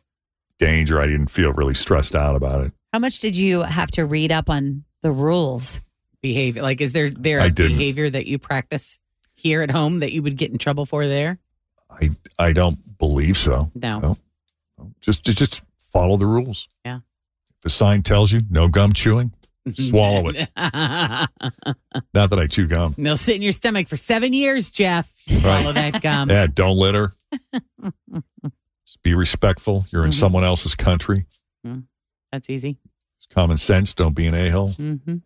Speaker 2: danger. I didn't feel really stressed out about it.
Speaker 5: how much did you have to read up on the rules
Speaker 3: Behavior. Like, is there there
Speaker 2: I
Speaker 3: a
Speaker 2: didn't.
Speaker 3: behavior that you practice here at home that you would get in trouble for there?
Speaker 2: I I don't believe so.
Speaker 3: No.
Speaker 2: No. Just just, just follow the rules.
Speaker 3: Yeah.
Speaker 2: If the sign tells you no gum chewing, swallow it. Not that I chew gum.
Speaker 3: They'll sit in your stomach for seven years, Jeff. You
Speaker 2: Right.
Speaker 3: Swallow that gum.
Speaker 2: Yeah, don't litter. Just be respectful. You're in
Speaker 3: Mhm.
Speaker 2: someone else's country.
Speaker 3: That's easy.
Speaker 2: It's common sense. Don't be an a hole.
Speaker 3: Mm-hmm.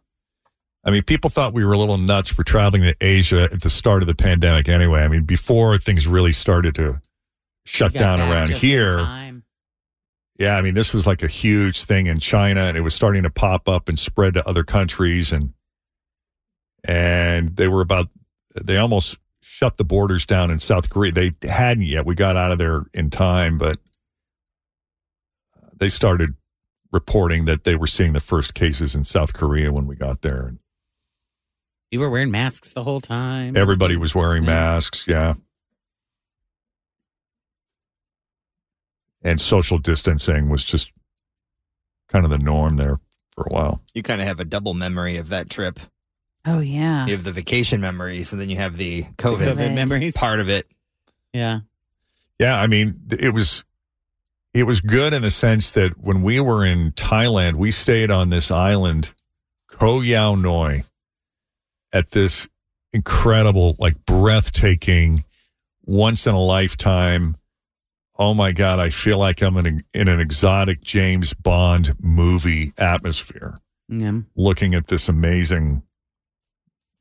Speaker 2: I mean, people thought we were a little nuts for traveling to Asia at the start of the pandemic anyway. I mean, before things really started to shut down around here. Yeah, I mean, this was like a huge thing in China and it was starting to pop up and spread to other countries and and they were about they almost shut the borders down in South Korea. They hadn't yet. We got out of there in time, but they started reporting that they were seeing the first cases in South Korea when we got there. And
Speaker 3: You were wearing masks the whole time.
Speaker 2: Everybody was wearing
Speaker 3: Yeah.
Speaker 2: masks, yeah. And social distancing was just kind of the norm there for a while.
Speaker 4: You kind of have a double memory of that trip.
Speaker 5: Oh yeah.
Speaker 4: You have the vacation memories, and then you have the
Speaker 3: COVID
Speaker 4: COVID
Speaker 3: memories.
Speaker 4: part of it.
Speaker 3: Yeah.
Speaker 2: Yeah, I mean, th- it was it was good in the sense that when we were in Thailand, we stayed on this island, Koh Yao Noi, at this incredible, like breathtaking, once in a lifetime. Oh my God, I feel like I'm in, a, in an exotic James Bond movie atmosphere,
Speaker 3: Yeah.
Speaker 2: looking at this amazing,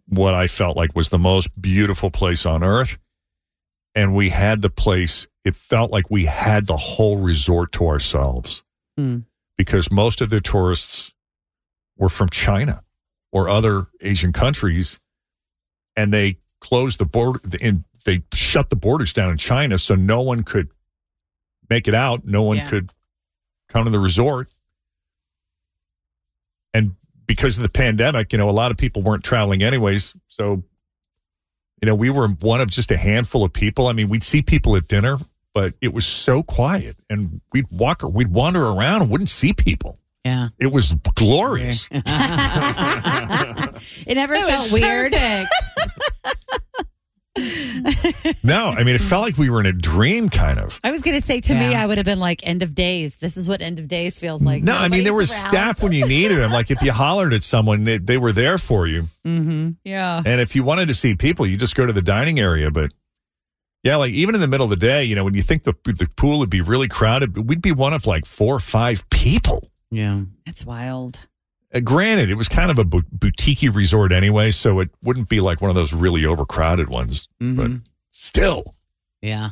Speaker 2: what I felt like was the most beautiful place on earth and we had the place. It felt like we had the whole resort to ourselves
Speaker 3: Hmm.
Speaker 2: because most of the tourists were from China or other Asian countries, and they closed the border and they shut the borders down in China, so no one could make it out. No one
Speaker 3: Yeah.
Speaker 2: could come to the resort, and because of the pandemic, you know, a lot of people weren't traveling anyways, so you know, we were one of just a handful of people. I mean, we'd see people at dinner, but it was so quiet, and we'd walk or we'd wander around and wouldn't see people.
Speaker 3: Yeah.
Speaker 2: It was glorious.
Speaker 5: it never felt weird.
Speaker 2: no, I mean, it felt like we were in a dream, kind of.
Speaker 5: I was gonna say to me,
Speaker 3: Yeah.
Speaker 5: I would have been like end of days. This is what end of days feels like.
Speaker 2: no, I mean, there was
Speaker 5: Nobody's around.
Speaker 2: staff when you needed them. Like if you hollered at someone, they, they were there for you.
Speaker 3: Mm-hmm.
Speaker 5: Yeah.
Speaker 2: And if you wanted to see people, you just go to the dining area. But yeah, like even in the middle of the day, you know, when you think the the pool would be really crowded, we'd be one of like four or five people.
Speaker 3: Yeah.
Speaker 5: That's wild.
Speaker 2: Uh, granted, it was kind of a bu- boutique resort anyway, so it wouldn't be like one of those really overcrowded ones. But
Speaker 3: Mhm.
Speaker 2: still,
Speaker 3: Yeah.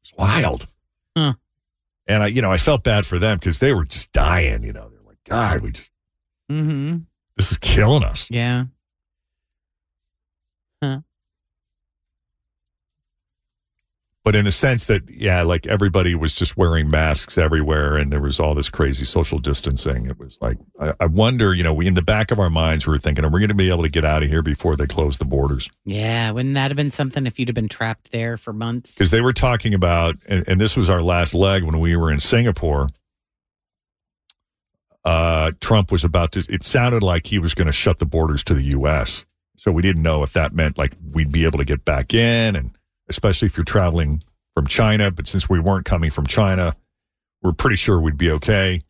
Speaker 2: it's wild.
Speaker 3: Huh.
Speaker 2: And I, you know, I felt bad for them because they were just dying. You know, they're like, God, we just
Speaker 3: Mm-hmm.
Speaker 2: this is killing us.
Speaker 3: Yeah.
Speaker 2: But in a sense that, yeah, like everybody was just wearing masks everywhere, and there was all this crazy social distancing. It was like, I, I wonder, you know, we in the back of our minds, we were thinking, are we going to be able to get out of here before they close the borders?
Speaker 3: Yeah. Wouldn't that have been something if you'd have been trapped there for months?
Speaker 2: because they were talking about, and, and this was our last leg when we were in Singapore. Uh, Trump was about to. It sounded like he was going to shut the borders to the U.S. So we didn't know if that meant like we'd be able to get back in, and especially if you're traveling from China. But since we weren't coming from China, we're pretty sure we'd be okay.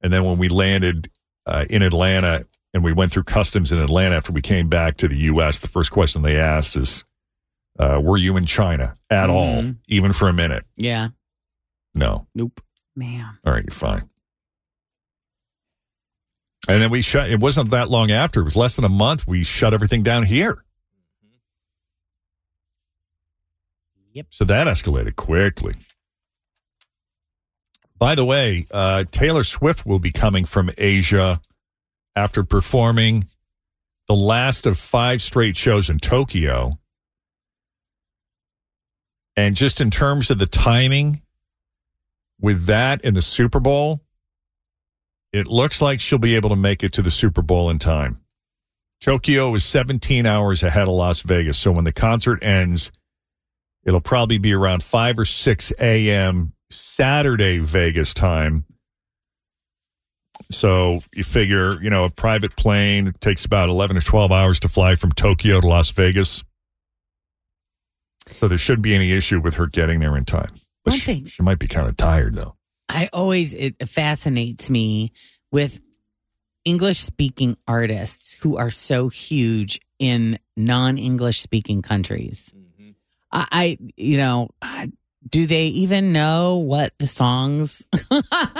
Speaker 2: And then when we landed uh, in Atlanta and we went through customs in Atlanta after we came back to the U.S., the first question they asked is, uh, "Were you in China at all,
Speaker 3: Mhm.
Speaker 2: even for a minute?"
Speaker 3: Yeah.
Speaker 2: No.
Speaker 3: Nope.
Speaker 5: Man.
Speaker 2: All right, you're fine. And then we shut. It wasn't that long after. It was less than a month. We shut everything down here.
Speaker 3: Yep.
Speaker 2: So that escalated quickly. By the way, uh, Taylor Swift will be coming from Asia after performing the last of five straight shows in Tokyo. And just in terms of the timing with that and the Super Bowl, it looks like she'll be able to make it to the Super Bowl in time. Tokyo is 17 hours ahead of Las Vegas. So when the concert ends, it'll probably be around 5 or 6 a.m. Saturday Vegas time. So you figure, you know, a private plane it takes about 11 or 12 hours to fly from Tokyo to Las Vegas. So there shouldn't be any issue with her getting there in time. But
Speaker 3: One
Speaker 2: she-
Speaker 3: thing-
Speaker 2: she might be kind of tired though.
Speaker 3: I always it fascinates me with English speaking artists who are so huge Mm-hmm. in non English speaking countries. I, I you know, I, do they even know what the songs?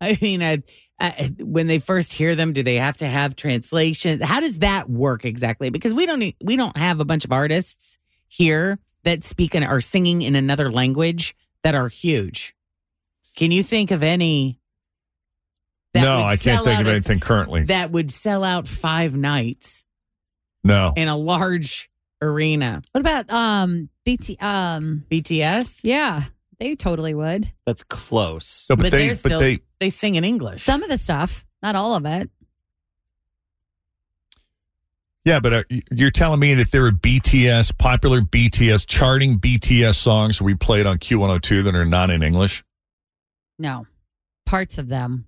Speaker 3: I mean, I, I, when they first hear them, do they have to have translation? How does that work exactly? Because we don't e- we don't have a bunch of artists here that speak and are singing in another language that are huge. Can you think of any?
Speaker 2: no,
Speaker 3: would
Speaker 2: I can't
Speaker 3: sell
Speaker 2: think
Speaker 3: out
Speaker 2: of
Speaker 3: a-
Speaker 2: anything currently.
Speaker 3: that would sell out five nights
Speaker 2: no.
Speaker 3: in a large arena.
Speaker 5: What about um BT um
Speaker 3: BTS,
Speaker 5: yeah, they totally would.
Speaker 4: That's close.
Speaker 2: No, but,
Speaker 3: but
Speaker 2: they,
Speaker 3: they're
Speaker 2: but
Speaker 3: still-
Speaker 2: they,
Speaker 3: they sing in English.
Speaker 5: Some of the stuff, not all of it.
Speaker 2: yeah, but uh, y- you're telling me that there are BTS, popular BTS, charting BTS songs we played on Q102 that are not in English?
Speaker 5: No. Parts of them.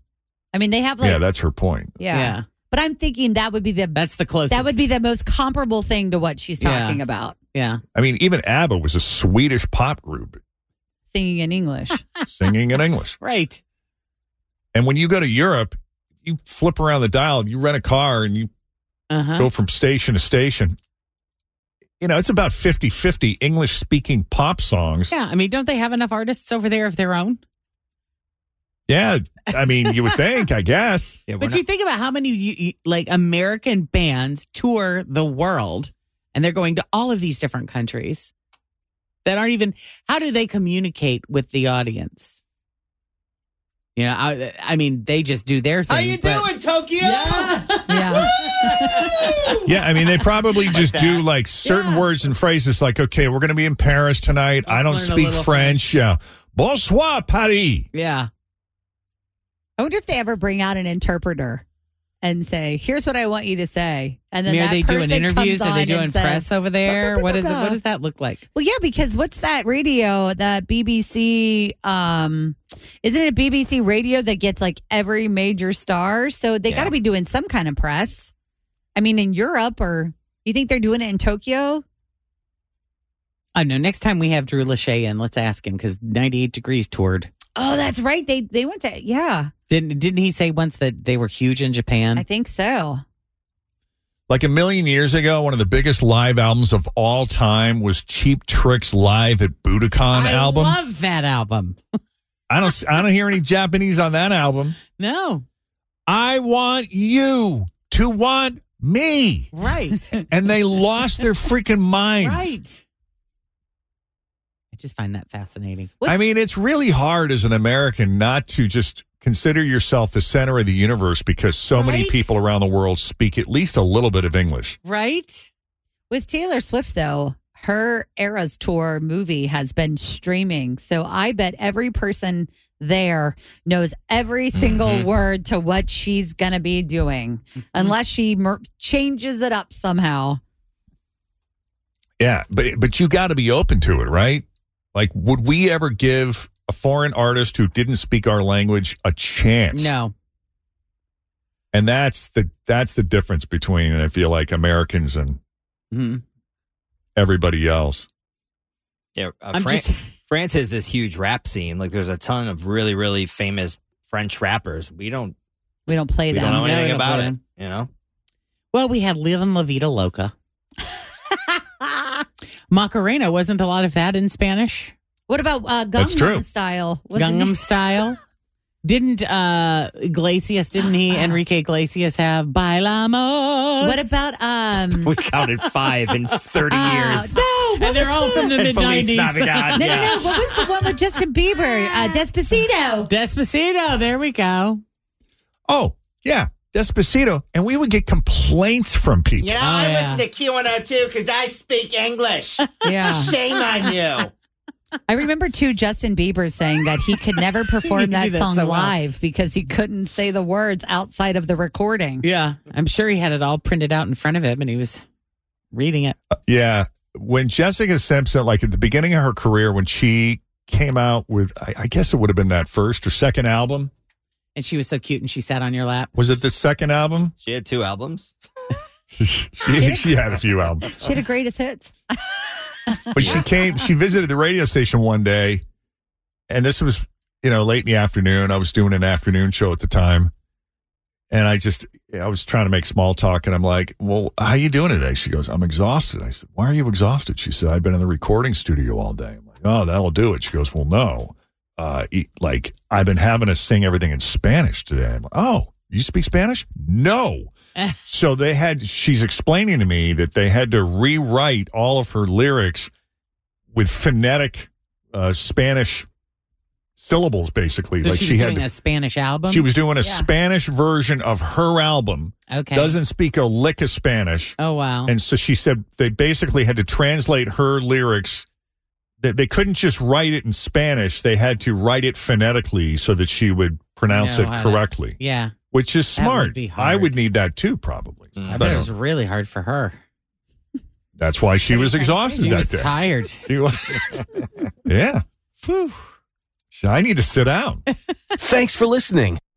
Speaker 5: I mean, they have like
Speaker 2: yeah,
Speaker 5: yeah.
Speaker 2: that's her point.
Speaker 3: Yeah.
Speaker 5: But I'm thinking that would be the
Speaker 3: That's the closest.
Speaker 5: that would be the most comparable thing to what she's
Speaker 3: Yeah.
Speaker 5: talking about
Speaker 3: yeah.
Speaker 2: I mean, even ABBA was a Swedish pop group
Speaker 5: singing in English.
Speaker 2: singing in English.
Speaker 3: Right.
Speaker 2: And when you go to Europe, you flip around the dial, you rent a car, and you
Speaker 3: Uh-huh.
Speaker 2: go from station to station. You know, it's about 50 50 English speaking pop songs.
Speaker 3: Yeah, I mean, don't they have enough artists over there of their own?
Speaker 2: Yeah. I mean, you would think, I guess.
Speaker 4: Yeah, we're
Speaker 3: But
Speaker 4: not-
Speaker 3: you think about how many you, you- like American bands tour the world and they're going to all of these different countries that aren't even how do they communicate with the audience? You know, I, I mean, they just do their thing.
Speaker 4: how you
Speaker 3: but-
Speaker 4: doing, Tokyo?
Speaker 5: yeah.
Speaker 2: Yeah. I mean, they probably just do like certain words and phrases like, okay, we're going to be in Paris tonight. I
Speaker 3: Let's
Speaker 2: don't
Speaker 3: learn a
Speaker 2: speak
Speaker 3: little
Speaker 2: French. Yeah. Bonsoir, Paris.
Speaker 3: Yeah.
Speaker 5: I wonder if they ever bring out an interpreter and say, "Here's what I want you to say," and
Speaker 3: I
Speaker 5: then
Speaker 3: mean, are
Speaker 5: that
Speaker 3: they
Speaker 5: person
Speaker 3: doing interviews?
Speaker 5: comes
Speaker 3: Are they
Speaker 5: on
Speaker 3: doing
Speaker 5: and says,
Speaker 3: press over there? What is it?
Speaker 5: "Ba-ba-ba-ba-ba."
Speaker 3: What does that look like?
Speaker 5: Well, yeah, because what's that radio? The BBC, um, isn't it BBC radio that gets like every major star? So they
Speaker 4: Yeah.
Speaker 5: got to be doing some kind of press. I mean, in Europe, or you think they're doing it in Tokyo?
Speaker 3: I know. Next time we have Drew Lachey in, let's ask him because 98 Degrees toured.
Speaker 5: Oh, that's right. They they went to yeah,
Speaker 3: Didn't didn't he say once that they were huge in Japan?
Speaker 5: I think so.
Speaker 2: Like a million years ago, one of the biggest live albums of all time was Cheap Tricks Live at Budokan
Speaker 3: I
Speaker 2: album.
Speaker 3: love that album.
Speaker 2: I don't I don't hear any Japanese on that album.
Speaker 3: No,
Speaker 2: I want you to want me.
Speaker 3: right,
Speaker 2: And they lost their freaking minds.
Speaker 3: right. I just find that fascinating.
Speaker 2: I mean, it's really hard as an American not to just consider yourself the center of the universe because so many
Speaker 3: Right?
Speaker 2: people around the world speak at least a little bit of English.
Speaker 3: Right?
Speaker 5: With Taylor Swift, though, her Eras Tour movie has been streaming. So I bet every person there knows every single
Speaker 3: Mm-hmm.
Speaker 5: word to what she's going to be doing, unless she mer- changes it up somehow.
Speaker 2: Yeah, but but you got to be open to it, right? Like would we ever give a foreign artist who didn't speak our language a chance?
Speaker 3: No.
Speaker 2: And that's the that's the difference between I feel like Americans and
Speaker 3: Mhm.
Speaker 2: everybody else.
Speaker 4: Yeah, uh,
Speaker 3: I'm
Speaker 4: Fran-
Speaker 3: just-
Speaker 4: France has this huge rap scene. Like, there's a ton of really, really famous French rappers. We don't,
Speaker 5: We don't play
Speaker 4: we
Speaker 5: that.
Speaker 4: don't know
Speaker 3: we
Speaker 4: anything
Speaker 3: don't
Speaker 4: about
Speaker 3: play
Speaker 4: it.
Speaker 3: them.
Speaker 4: You know,
Speaker 3: Well, we had Live and La Vida Loca. Macarena wasn't a lot of that in Spanish.
Speaker 5: What about uh,
Speaker 2: That's true.
Speaker 5: Gangnam Style? Wasn't-
Speaker 3: Gangnam Style. Didn't uh Iglesias, didn't he, Enrique Iglesias have Bailamos?
Speaker 5: What about um?
Speaker 4: we counted five in 30
Speaker 5: uh,
Speaker 4: years.
Speaker 5: No,
Speaker 3: and they're all from the
Speaker 4: And
Speaker 3: mid
Speaker 4: Feliz
Speaker 3: 90s.
Speaker 4: Navidad.
Speaker 5: no,
Speaker 4: yeah.
Speaker 5: no, no. What was the one with Justin Bieber? Uh, Despacito.
Speaker 3: Despacito, there we go.
Speaker 2: Oh, yeah, Despacito. And we would get complaints from people.
Speaker 4: You know,
Speaker 3: Oh,
Speaker 4: I
Speaker 3: yeah.
Speaker 4: listen to Q102 because I speak English.
Speaker 5: Yeah.
Speaker 4: Shame on you.
Speaker 5: I remember too Justin Bieber saying that he could never perform
Speaker 3: could do
Speaker 5: that,
Speaker 3: that
Speaker 5: song
Speaker 3: so well.
Speaker 5: live because he couldn't say the words outside of the recording.
Speaker 3: Yeah. I'm sure he had it all printed out in front of him and he was reading it.
Speaker 2: Yeah. When Jessica Simpson, like at the beginning of her career, when she came out with, I, I guess it would have been that first or second album.
Speaker 3: And she was so cute and she sat on your lap.
Speaker 2: Was it the second album?
Speaker 4: She had two albums.
Speaker 2: She, she had a few albums.
Speaker 5: She had a greatest hits.
Speaker 2: But she came, she visited the radio station one day, and this was, you know, late in the afternoon. I was doing an afternoon show at the time. And I just, I was trying to make small talk, and I'm like, "Well, how you doing today?" She goes, "I'm exhausted." I said, "Why are you exhausted?" She said, "I've been in the recording studio all day." I'm like, oh, that'll do it. She goes, well, no. Uh, e- like, I've been having to sing everything in Spanish today. I'm like, oh, you speak Spanish? No. so they had, she's explaining to me that they had to rewrite all of her lyrics with phonetic uh, Spanish syllables, basically.
Speaker 3: So
Speaker 2: like
Speaker 3: she was doing
Speaker 2: to-
Speaker 3: a Spanish album.
Speaker 2: she was doing a
Speaker 3: Yeah.
Speaker 2: Spanish version of her album.
Speaker 3: Okay.
Speaker 2: Doesn't speak a lick of Spanish.
Speaker 3: Oh wow.
Speaker 2: And so she said they basically had to translate her lyrics. That they couldn't just write it in Spanish. They had to write it phonetically so that she would pronounce
Speaker 3: Know
Speaker 2: it
Speaker 3: how to-
Speaker 2: correctly,
Speaker 3: yeah.
Speaker 2: which is
Speaker 3: That would
Speaker 2: smart.
Speaker 3: be
Speaker 2: I
Speaker 3: hard. Mm,
Speaker 2: would need that too, probably.
Speaker 3: I
Speaker 2: So
Speaker 3: bet it was really hard for her.
Speaker 2: that's why she was exhausted
Speaker 3: She
Speaker 2: that
Speaker 3: was
Speaker 2: day.
Speaker 3: tired.
Speaker 2: She was- yeah.
Speaker 3: Phew.
Speaker 2: So I need to sit down.
Speaker 1: Thanks for listening